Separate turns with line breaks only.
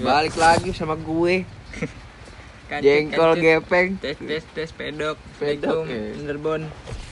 Balik lagi sama gue.
Kancut,
Jengkol
kancut.
gepeng.
Tes tes tes pedok.
Pedok,
Assalamualaikum,
ya.
Underbone.